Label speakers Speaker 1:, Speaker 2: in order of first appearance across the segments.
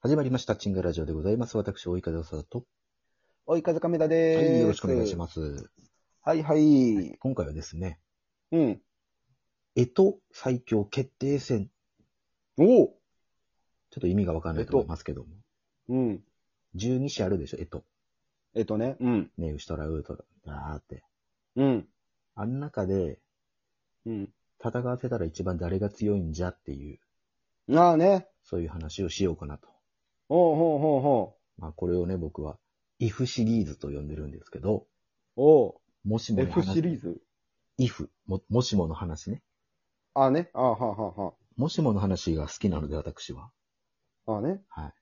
Speaker 1: 始まりました。チンガラジオでございます。私、大井風さと。
Speaker 2: おい、風亀田で
Speaker 1: は
Speaker 2: ーす。
Speaker 1: い、よろしくお願いします。
Speaker 2: す。はいはい。
Speaker 1: 今回はですね、
Speaker 2: うん。
Speaker 1: えと最強決定戦。
Speaker 2: おう
Speaker 1: ちょっと意味がわかんないと思いますけども。
Speaker 2: うん。
Speaker 1: 12種あるでしょ、えと。
Speaker 2: えっとね。うん。
Speaker 1: ね、ウシトラウートラ、あーって。
Speaker 2: うん。
Speaker 1: あん中で、
Speaker 2: うん。
Speaker 1: 戦わせたら一番誰が強いんじゃっていう、
Speaker 2: なあね。
Speaker 1: そういう話をしようかなと。
Speaker 2: おうほうほうほ
Speaker 1: まあ、これをね、僕は、if シリーズと呼んでるんですけど、
Speaker 2: う。お
Speaker 1: もし
Speaker 2: う。
Speaker 1: もの
Speaker 2: F
Speaker 1: 話。
Speaker 2: シリーズ
Speaker 1: if も、もしもの話ね。
Speaker 2: ああね。ああはあはあは
Speaker 1: もしもの話が好きなので、私は。
Speaker 2: あ。ああね。
Speaker 1: はい。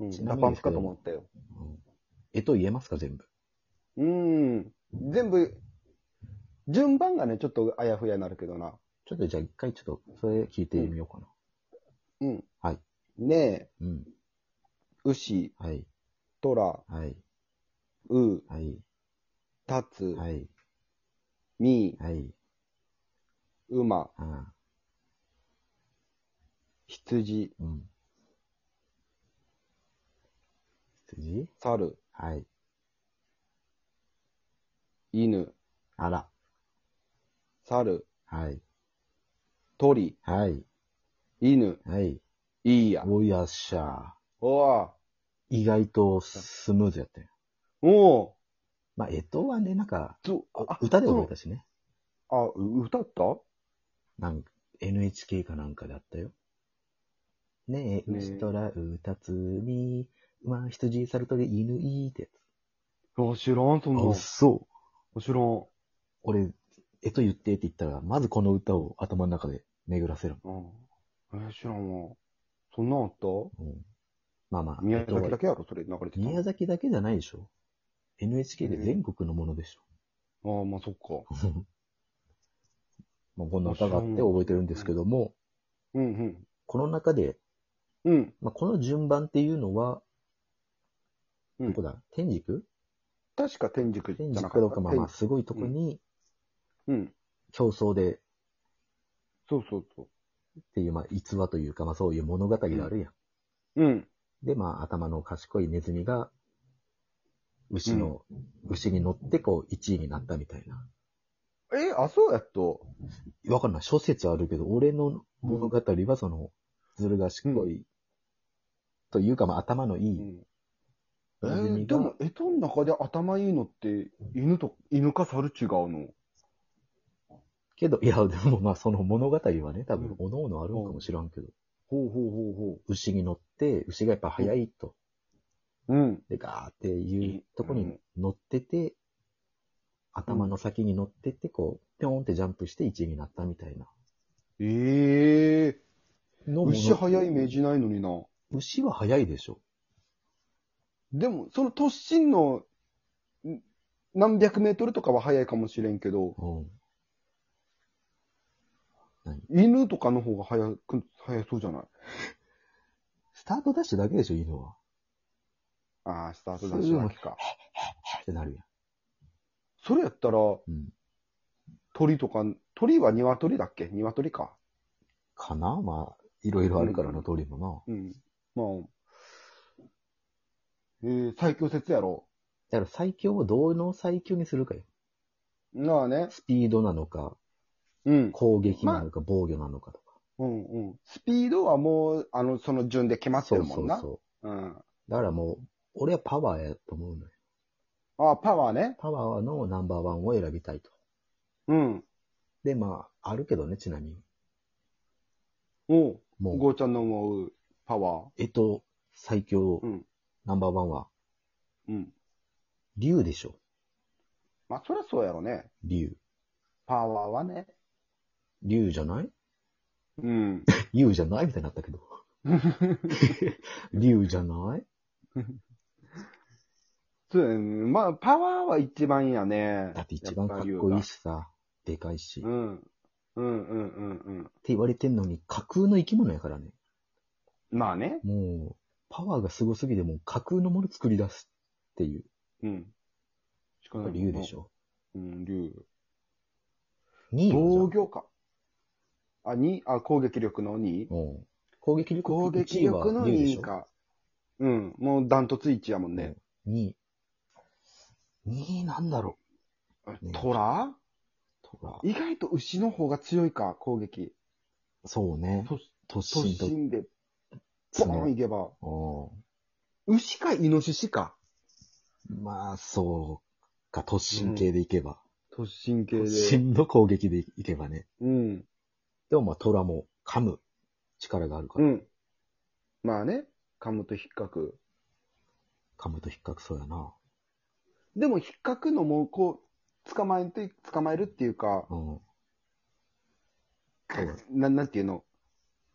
Speaker 2: うん。
Speaker 1: ちな
Speaker 2: ダ
Speaker 1: み
Speaker 2: パ
Speaker 1: に
Speaker 2: ン
Speaker 1: で
Speaker 2: プ
Speaker 1: すけ
Speaker 2: か
Speaker 1: ど
Speaker 2: と思ったよ。
Speaker 1: うん、えと言えますか、全部。
Speaker 2: うーん。全部、順番がね、ちょっとあやふやになるけどな。
Speaker 1: ちょっとじゃあ一回ちょっと、それ聞いてみようかな。
Speaker 2: うん。
Speaker 1: はい。
Speaker 2: ねえ、
Speaker 1: うん。
Speaker 2: 牛、
Speaker 1: はい。
Speaker 2: トラ、
Speaker 1: はい。
Speaker 2: ウ、
Speaker 1: はい。
Speaker 2: タツ、
Speaker 1: はい。
Speaker 2: ミ、
Speaker 1: はい。
Speaker 2: ウマ、
Speaker 1: ああ。
Speaker 2: 羊、
Speaker 1: うん。羊
Speaker 2: 猿、
Speaker 1: はい。
Speaker 2: 犬、
Speaker 1: あら。
Speaker 2: 猿、
Speaker 1: はい。
Speaker 2: 鳥、
Speaker 1: はい。
Speaker 2: 犬、
Speaker 1: はい。
Speaker 2: いいや。
Speaker 1: おやっしゃー。
Speaker 2: おー
Speaker 1: 意外とスムーズやったよ。
Speaker 2: おう
Speaker 1: まあ、えとはね、なんか、
Speaker 2: ずあ
Speaker 1: 歌で覚えたしね。
Speaker 2: そのあ、う歌った
Speaker 1: なんか、NHK かなんかであったよ。ねえ、
Speaker 2: ねえ
Speaker 1: 牛とらうたつに、まあ、羊、猿とで犬いいってやつ。
Speaker 2: あ、知らん、そんな
Speaker 1: あ、
Speaker 2: の。
Speaker 1: そう。
Speaker 2: 知らん。
Speaker 1: 俺、えと言ってって言ったら、まずこの歌を頭の中で巡らせる
Speaker 2: うん。えー、知らんわ。そんなんあっ
Speaker 1: もん。うん、まあまあ、
Speaker 2: た宮
Speaker 1: え
Speaker 2: 崎
Speaker 1: っと
Speaker 2: だけやろ、それ流れてたの。
Speaker 1: 宮崎だけじゃないでしょ。NHK で全国のものでし
Speaker 2: ああ、まあそっか。
Speaker 1: ょ。まあこんな歌があって覚えてるんですけども、
Speaker 2: うんうん。
Speaker 1: この中で、
Speaker 2: うん。
Speaker 1: まあ、この順番っていうのは、
Speaker 2: うん
Speaker 1: どこだ天竺
Speaker 2: 確か天竺じゃ
Speaker 1: 天
Speaker 2: な
Speaker 1: 竺か
Speaker 2: かった。
Speaker 1: どうか、まあまあ、
Speaker 2: 天
Speaker 1: すごいとこに
Speaker 2: うん。
Speaker 1: 競争で
Speaker 2: そうそうそ
Speaker 1: っていう、まあ、逸話というか、まあそういう物語があるやん。
Speaker 2: う。うん。
Speaker 1: で、まあ、頭の賢いネズミが、牛の、牛に乗って、こう、1位になったみたいな。
Speaker 2: えーあ、そうやっと。
Speaker 1: わかんない。諸説あるけど、俺の物語は、その、ずる賢い、というか、まあ、頭のいい、
Speaker 2: うん。え
Speaker 1: ネズミ
Speaker 2: ー、で
Speaker 1: が、
Speaker 2: も、えとの中で頭いいのって、犬と、犬か猿違うの。
Speaker 1: けど、いや、でもまあ、その物語はね、多分
Speaker 2: うん、
Speaker 1: おのおのあるんかもしらんけど、
Speaker 2: ほうほうほうほ
Speaker 1: 牛に乗って、牛がやっぱ速いと、
Speaker 2: う。うん。
Speaker 1: で、ガーっていうとこに乗ってて、頭の先に乗ってって、こう、ぴょんってジャンプして1位になったみたいな。
Speaker 2: ええー。
Speaker 1: の物
Speaker 2: 牛早いイメージないのにな。
Speaker 1: 牛は速いでしょ。
Speaker 2: でも、その突進のん何百メートルとかは速いかもしれんけど、
Speaker 1: うん。
Speaker 2: 犬とかの方が速く、速そうじゃない
Speaker 1: スタートダッシュだけでしょ、犬は。
Speaker 2: ああ、スタートダッシュだけか。
Speaker 1: ってなるや
Speaker 2: それやったら、
Speaker 1: ん。うん。
Speaker 2: 鳥とか、鳥は鶏だっけ鶏か。
Speaker 1: かなまあ、いろいろあるからな、通りも
Speaker 2: うん。まあ、えー、最強説やろ。
Speaker 1: な。だから最強をどの最強にするかよ。
Speaker 2: なあね。
Speaker 1: スピードなのか、
Speaker 2: うん。
Speaker 1: 攻撃なのか、防御なのかとか。
Speaker 2: うんうん。スピードはもう、あの、その順で決まって
Speaker 1: そ
Speaker 2: る
Speaker 1: う
Speaker 2: も
Speaker 1: そ
Speaker 2: ん
Speaker 1: う
Speaker 2: な。
Speaker 1: そう
Speaker 2: うん。
Speaker 1: う。だからもう、俺はパワーやと思うのよ。
Speaker 2: ああ、パワーね。
Speaker 1: パワーのナンバーワンを選びたいと。
Speaker 2: うん。
Speaker 1: で、まあ、あるけどね、ちなみに。
Speaker 2: おう。
Speaker 1: もう、
Speaker 2: ゴーちゃんの思うパワー。
Speaker 1: えっと、最強
Speaker 2: うん。
Speaker 1: ナンバーワンは、
Speaker 2: うん。
Speaker 1: 竜でしょ。
Speaker 2: まあ、そりゃそうやろね。
Speaker 1: 竜。
Speaker 2: パワーはね。
Speaker 1: 竜じゃない
Speaker 2: うん。
Speaker 1: 竜じゃないみたいになったけ ど。 竜じゃない
Speaker 2: そうやね。まあ、パワーは一番やね。
Speaker 1: だって一番かっこいいしさ、でかいし。
Speaker 2: やっぱり言う
Speaker 1: っ
Speaker 2: がうん。うんうんうんうん。
Speaker 1: て言われてんのに、架空の生き物やからね。
Speaker 2: まあね。
Speaker 1: もう、パワーがすごすぎて、もう架空のもの作り出すっていう。
Speaker 2: うん。しか
Speaker 1: やっぱり竜でし
Speaker 2: ょ。
Speaker 1: ょ。
Speaker 2: うん、竜。
Speaker 1: 2位はじゃ
Speaker 2: 防
Speaker 1: ん
Speaker 2: 御か。あ、にあ、攻撃力の2。
Speaker 1: うん攻撃力
Speaker 2: 攻撃
Speaker 1: 1位は
Speaker 2: 力の
Speaker 1: 竜で
Speaker 2: 2
Speaker 1: し
Speaker 2: 位
Speaker 1: ょ。
Speaker 2: か。うん。もうダントツ1位やもんね。
Speaker 1: 2位。2位なんだろね
Speaker 2: トラ
Speaker 1: う。とか。
Speaker 2: 意外と牛の方が強いか、攻撃。
Speaker 1: そうね。
Speaker 2: 突
Speaker 1: 突
Speaker 2: 突
Speaker 1: 進と
Speaker 2: 進で、ボーン
Speaker 1: 角。
Speaker 2: いけば。
Speaker 1: お
Speaker 2: 牛かイノシシか。
Speaker 1: ーまあ、そうか。突進系でいけば。
Speaker 2: 突進系
Speaker 1: 突
Speaker 2: で。
Speaker 1: 進の攻撃でいけばね。
Speaker 2: うん。
Speaker 1: でもまあ、トラも噛む力があるか
Speaker 2: う
Speaker 1: ら、
Speaker 2: ん。まあね、噛むと引っかく。
Speaker 1: 噛むと引っかくそうやな。
Speaker 2: でも引っかくのも、こう、捕まえて、捕まえるっていうか、
Speaker 1: うん。そうだ
Speaker 2: ななんていうの、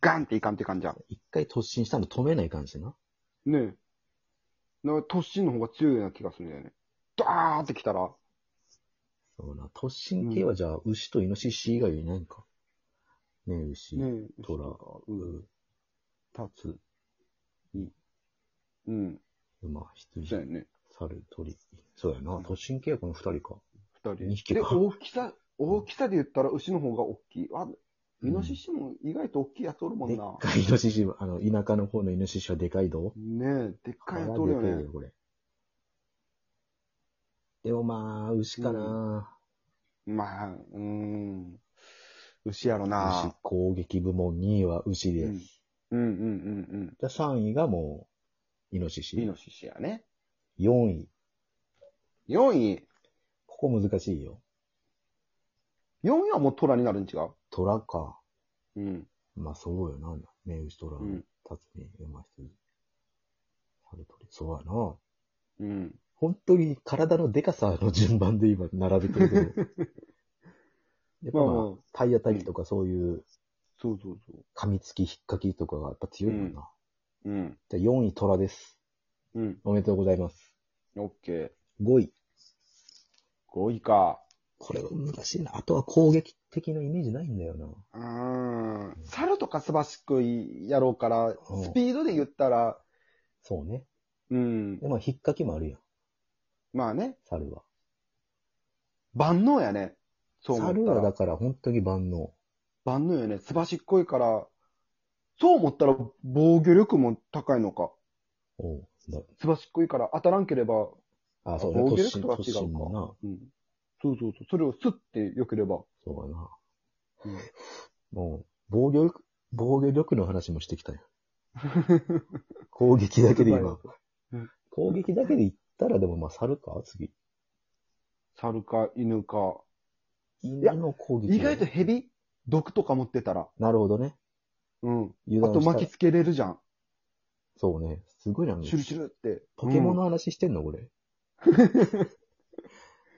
Speaker 2: ガンっていかんって感じじゃん。
Speaker 1: 一回突進したの止めない感じな。
Speaker 2: ねえ。だから突進の方が強いような気がするんだよね。ダーってきたら、
Speaker 1: そうな。突進系はじゃあ、牛とイノシシ以外いないんか。ねえ、牛。
Speaker 2: ねえ。
Speaker 1: トラ
Speaker 2: うん。
Speaker 1: タツ、
Speaker 2: うん。
Speaker 1: 馬、
Speaker 2: そう
Speaker 1: 羊
Speaker 2: や、ね。
Speaker 1: 猿、鳥。そうやな。
Speaker 2: うん
Speaker 1: 突進系はこの二人か。
Speaker 2: 二人。
Speaker 1: 二匹
Speaker 2: で、
Speaker 1: か
Speaker 2: 大きさ、大きさで言ったら牛の方が大きい。あ、
Speaker 1: うん
Speaker 2: イノシシも意外と大きいやつおるも
Speaker 1: でっ
Speaker 2: んな。
Speaker 1: かいイノシシ、あの、田舎の方のイノシシはでかいど
Speaker 2: ねえ、でっかいやつお
Speaker 1: こ
Speaker 2: る
Speaker 1: れはでかい
Speaker 2: よね
Speaker 1: よ、。これ。でもまあ、牛かな、
Speaker 2: まあ、うーん。牛やろ
Speaker 1: 牛
Speaker 2: な。
Speaker 1: 攻撃部門2位は牛
Speaker 2: う
Speaker 1: で。
Speaker 2: んうん
Speaker 1: じ
Speaker 2: うんうん
Speaker 1: ゃあ3位がもう、イノシ
Speaker 2: うん。イ
Speaker 1: シ。
Speaker 2: ノシシやね。
Speaker 1: 4位。
Speaker 2: 4位。
Speaker 1: ここ難しいよ。
Speaker 2: 4位はもうトラになるん違う
Speaker 1: 虎か。
Speaker 2: うん。
Speaker 1: まあそうよな。ね、牛虎、
Speaker 2: うん
Speaker 1: タツミ、馬、羊。猿、鳥。そうやな。
Speaker 2: うん。
Speaker 1: 本当に体のでかさの順番で今並べてる けど。やっぱ
Speaker 2: まあ
Speaker 1: ま
Speaker 2: まあ
Speaker 1: あ、体当たりとかそういう
Speaker 2: そうそうそ
Speaker 1: 噛みつき、引っかきとかがやっぱ強いもんな。
Speaker 2: う。うん。
Speaker 1: じゃあ4位虎です。
Speaker 2: うん。
Speaker 1: おめでとうございます。
Speaker 2: オッケー。
Speaker 1: 5位。
Speaker 2: 5位か。
Speaker 1: これは難しいな。あとは攻撃的なイメージないんだよな。
Speaker 2: うーん。猿とかすばしくやろうから、
Speaker 1: うん
Speaker 2: スピードで言ったら、
Speaker 1: そうね。
Speaker 2: うん。
Speaker 1: で、まあ、引っかきもあるやん。
Speaker 2: まあね、
Speaker 1: 猿は。
Speaker 2: 万能やね。そう思
Speaker 1: 猿
Speaker 2: った
Speaker 1: はだ
Speaker 2: ら。
Speaker 1: から本当に万能。
Speaker 2: 万能よね。すばしっこいから、そう思ったら防御力も高いのか。
Speaker 1: おうだ
Speaker 2: すばしっこいから当たらんければ、
Speaker 1: あ、そうね。
Speaker 2: 防
Speaker 1: 突
Speaker 2: 御力
Speaker 1: 進、
Speaker 2: とは違
Speaker 1: 突
Speaker 2: うか
Speaker 1: 進もな。
Speaker 2: うん。そうそうそう。それをスッて良ければ。
Speaker 1: そうやな。
Speaker 2: うん
Speaker 1: もう、防御力、防御力の話もしてきたよ。攻撃だけで今
Speaker 2: うん。
Speaker 1: 攻撃だけで言ったら、でもまあ、猿か次。
Speaker 2: 猿か犬か。や
Speaker 1: 犬の攻撃。
Speaker 2: 意外と。ヘビ毒とか持ってたら。
Speaker 1: なるほどね。
Speaker 2: うん。
Speaker 1: 油
Speaker 2: あと
Speaker 1: 断した
Speaker 2: 巻きつけれるじゃん。
Speaker 1: そうね。すごいな。
Speaker 2: シュルシュルって。
Speaker 1: ポケモン
Speaker 2: う
Speaker 1: の
Speaker 2: ん
Speaker 1: 話してんのこれ。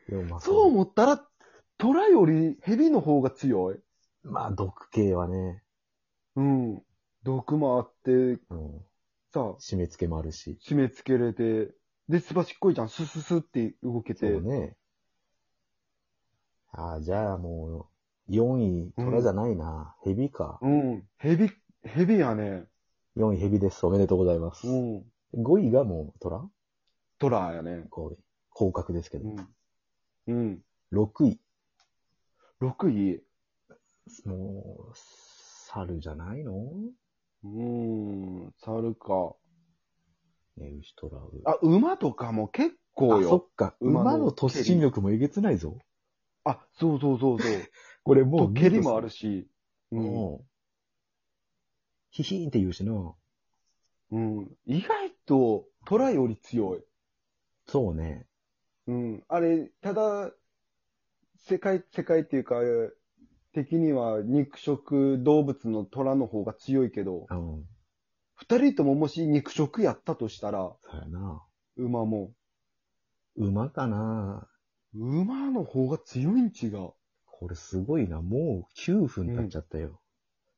Speaker 1: でもまあ
Speaker 2: そう思ったら、トラよりヘビの方が強い。
Speaker 1: まあ、毒系はね、
Speaker 2: うん。毒もあって、
Speaker 1: うん、
Speaker 2: さ、
Speaker 1: 締め付けもあるし。
Speaker 2: 締め付けれて、で、すばしっこいじゃん。スススって動け
Speaker 1: そ
Speaker 2: て。
Speaker 1: うね。ああ、じゃあもう、4位、トラじゃないな。ヘビか。
Speaker 2: うん。ヘビ、ヘビやね。
Speaker 1: 4位ヘビです。おめでとうございます。
Speaker 2: うん。
Speaker 1: 5位がもうトラ
Speaker 2: トラやね。
Speaker 1: こう、広角ですけ
Speaker 2: う
Speaker 1: ど。
Speaker 2: ん。うん。
Speaker 1: 6位。
Speaker 2: 6位。
Speaker 1: もう、猿じゃないの
Speaker 2: うん。猿か。
Speaker 1: ね、牛トラウ。
Speaker 2: あ、馬とかも結構
Speaker 1: あそ
Speaker 2: よ。
Speaker 1: っか。
Speaker 2: 馬の
Speaker 1: 馬の突進力もえげつないぞ。
Speaker 2: あ、そうそうそうそう。
Speaker 1: これ
Speaker 2: と、
Speaker 1: もう、
Speaker 2: 蹴りもあるし。うん。
Speaker 1: もう、ヒヒーンって言うしな。
Speaker 2: うん。意外と、トラより強い。
Speaker 1: そうね。
Speaker 2: うん。あれ、ただ、世界、世界っていうか、的には肉食動物の虎の方が強いけど、
Speaker 1: うん。
Speaker 2: 二人とももし肉食やったとしたら、
Speaker 1: そうやな。
Speaker 2: 馬も、
Speaker 1: 馬かな
Speaker 2: 馬の方が強いん違う。
Speaker 1: これすごいな。もう9分経っちゃったよ。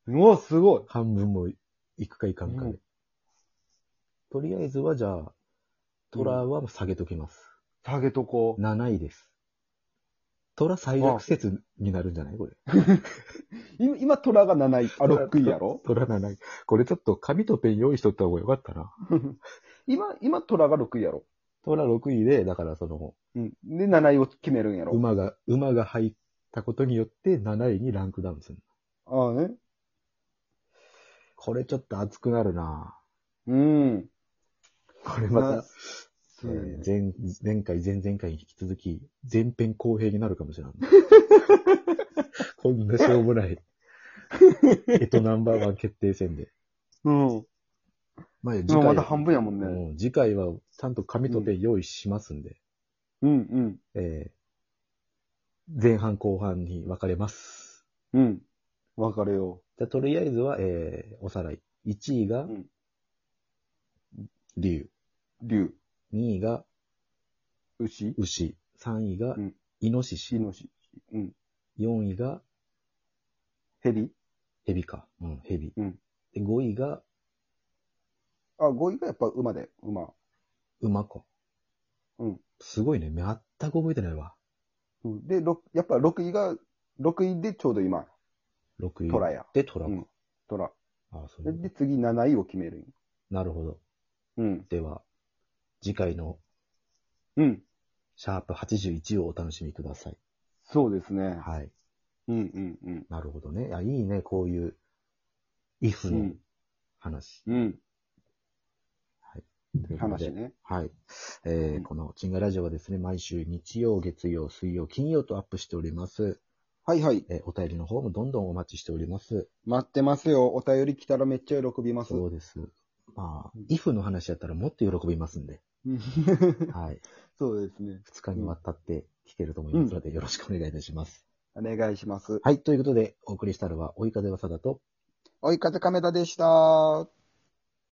Speaker 2: うわ、すごい。
Speaker 1: 半分も行くか行かんかで。
Speaker 2: うん
Speaker 1: とりあえずはじゃあ、トラは下げときます。
Speaker 2: 下げとこう。
Speaker 1: 7位です。トラ最落説になるんじゃないこれ。
Speaker 2: 今、今虎が7位、あ、6位やろ
Speaker 1: トラ7位。これちょっと紙とペン用意しとった方がよかったな。
Speaker 2: 今、今虎が6位やろ。
Speaker 1: トラ6位で、だからその、
Speaker 2: うん。で、7位を決めるんやろ。
Speaker 1: 馬が、馬が入ったことによって7位にランクダウンする。
Speaker 2: ああね。
Speaker 1: これちょっと熱くなるな
Speaker 2: うん。
Speaker 1: これまた
Speaker 2: まあ、
Speaker 1: え
Speaker 2: そうだ
Speaker 1: ー
Speaker 2: ね
Speaker 1: 前前回、前々回に引き続き、前編後編になるかもしれない。 こんなしょうもない。 えとナンバーワン決定戦で。
Speaker 2: うん。
Speaker 1: まあ、次
Speaker 2: まだ半分やもんね
Speaker 1: う次回は、ちゃんと紙とペン用意しますんで、
Speaker 2: うん、うん、
Speaker 1: えー前半後半に分かれます。
Speaker 2: うん。わかるよ。
Speaker 1: じゃあとりあえずは、えーおさらい。1位が
Speaker 2: うん、
Speaker 1: 竜、
Speaker 2: 竜、
Speaker 1: 2位が、
Speaker 2: 牛、
Speaker 1: 牛。3位が
Speaker 2: うん、
Speaker 1: イノシシ。
Speaker 2: イノシシ、うん。
Speaker 1: 4位が、
Speaker 2: ヘビ。
Speaker 1: ヘビか。うん、ヘビ。
Speaker 2: うん
Speaker 1: で、5位が、
Speaker 2: あ、5位がやっぱ馬で、馬。
Speaker 1: 馬か。
Speaker 2: うん。
Speaker 1: すごいね。全く覚えてないわ。
Speaker 2: うんで、ろやっぱ6位が、6位でちょうど今、
Speaker 1: 6位。
Speaker 2: トラや。
Speaker 1: で、トラか。
Speaker 2: うんトラ。
Speaker 1: ああ、そういうこと
Speaker 2: で、次7位を決めるんよ。
Speaker 1: なるほど。
Speaker 2: うん。
Speaker 1: では、次回の
Speaker 2: うん。
Speaker 1: シャープ81をお楽しみください。
Speaker 2: そうですね。
Speaker 1: はい。
Speaker 2: うん、うん、うん。
Speaker 1: なるほどね。いや、いいね。こういう、if
Speaker 2: う
Speaker 1: の
Speaker 2: ん。
Speaker 1: 話。
Speaker 2: うん。
Speaker 1: ということで
Speaker 2: 話ね。
Speaker 1: はい。えー
Speaker 2: うん
Speaker 1: この、チンガラジオはですね、毎週日曜、月曜、水曜、金曜とアップしております。
Speaker 2: はいはい。
Speaker 1: えーお便りの方もどんどんお待ちしております。
Speaker 2: 待ってますよ。お便り来たらめっちゃ喜びます。
Speaker 1: そうです。まあ
Speaker 2: うん、
Speaker 1: if の話やったらもっと喜びますんで、
Speaker 2: うん
Speaker 1: はい。
Speaker 2: そうですね。
Speaker 1: 2日にわたって聞けると思いますので、よろしくお願いいたします。
Speaker 2: お願いします。
Speaker 1: はい。ということで、お送りしたのは、追い風わさだと、
Speaker 2: 追い風亀田でした。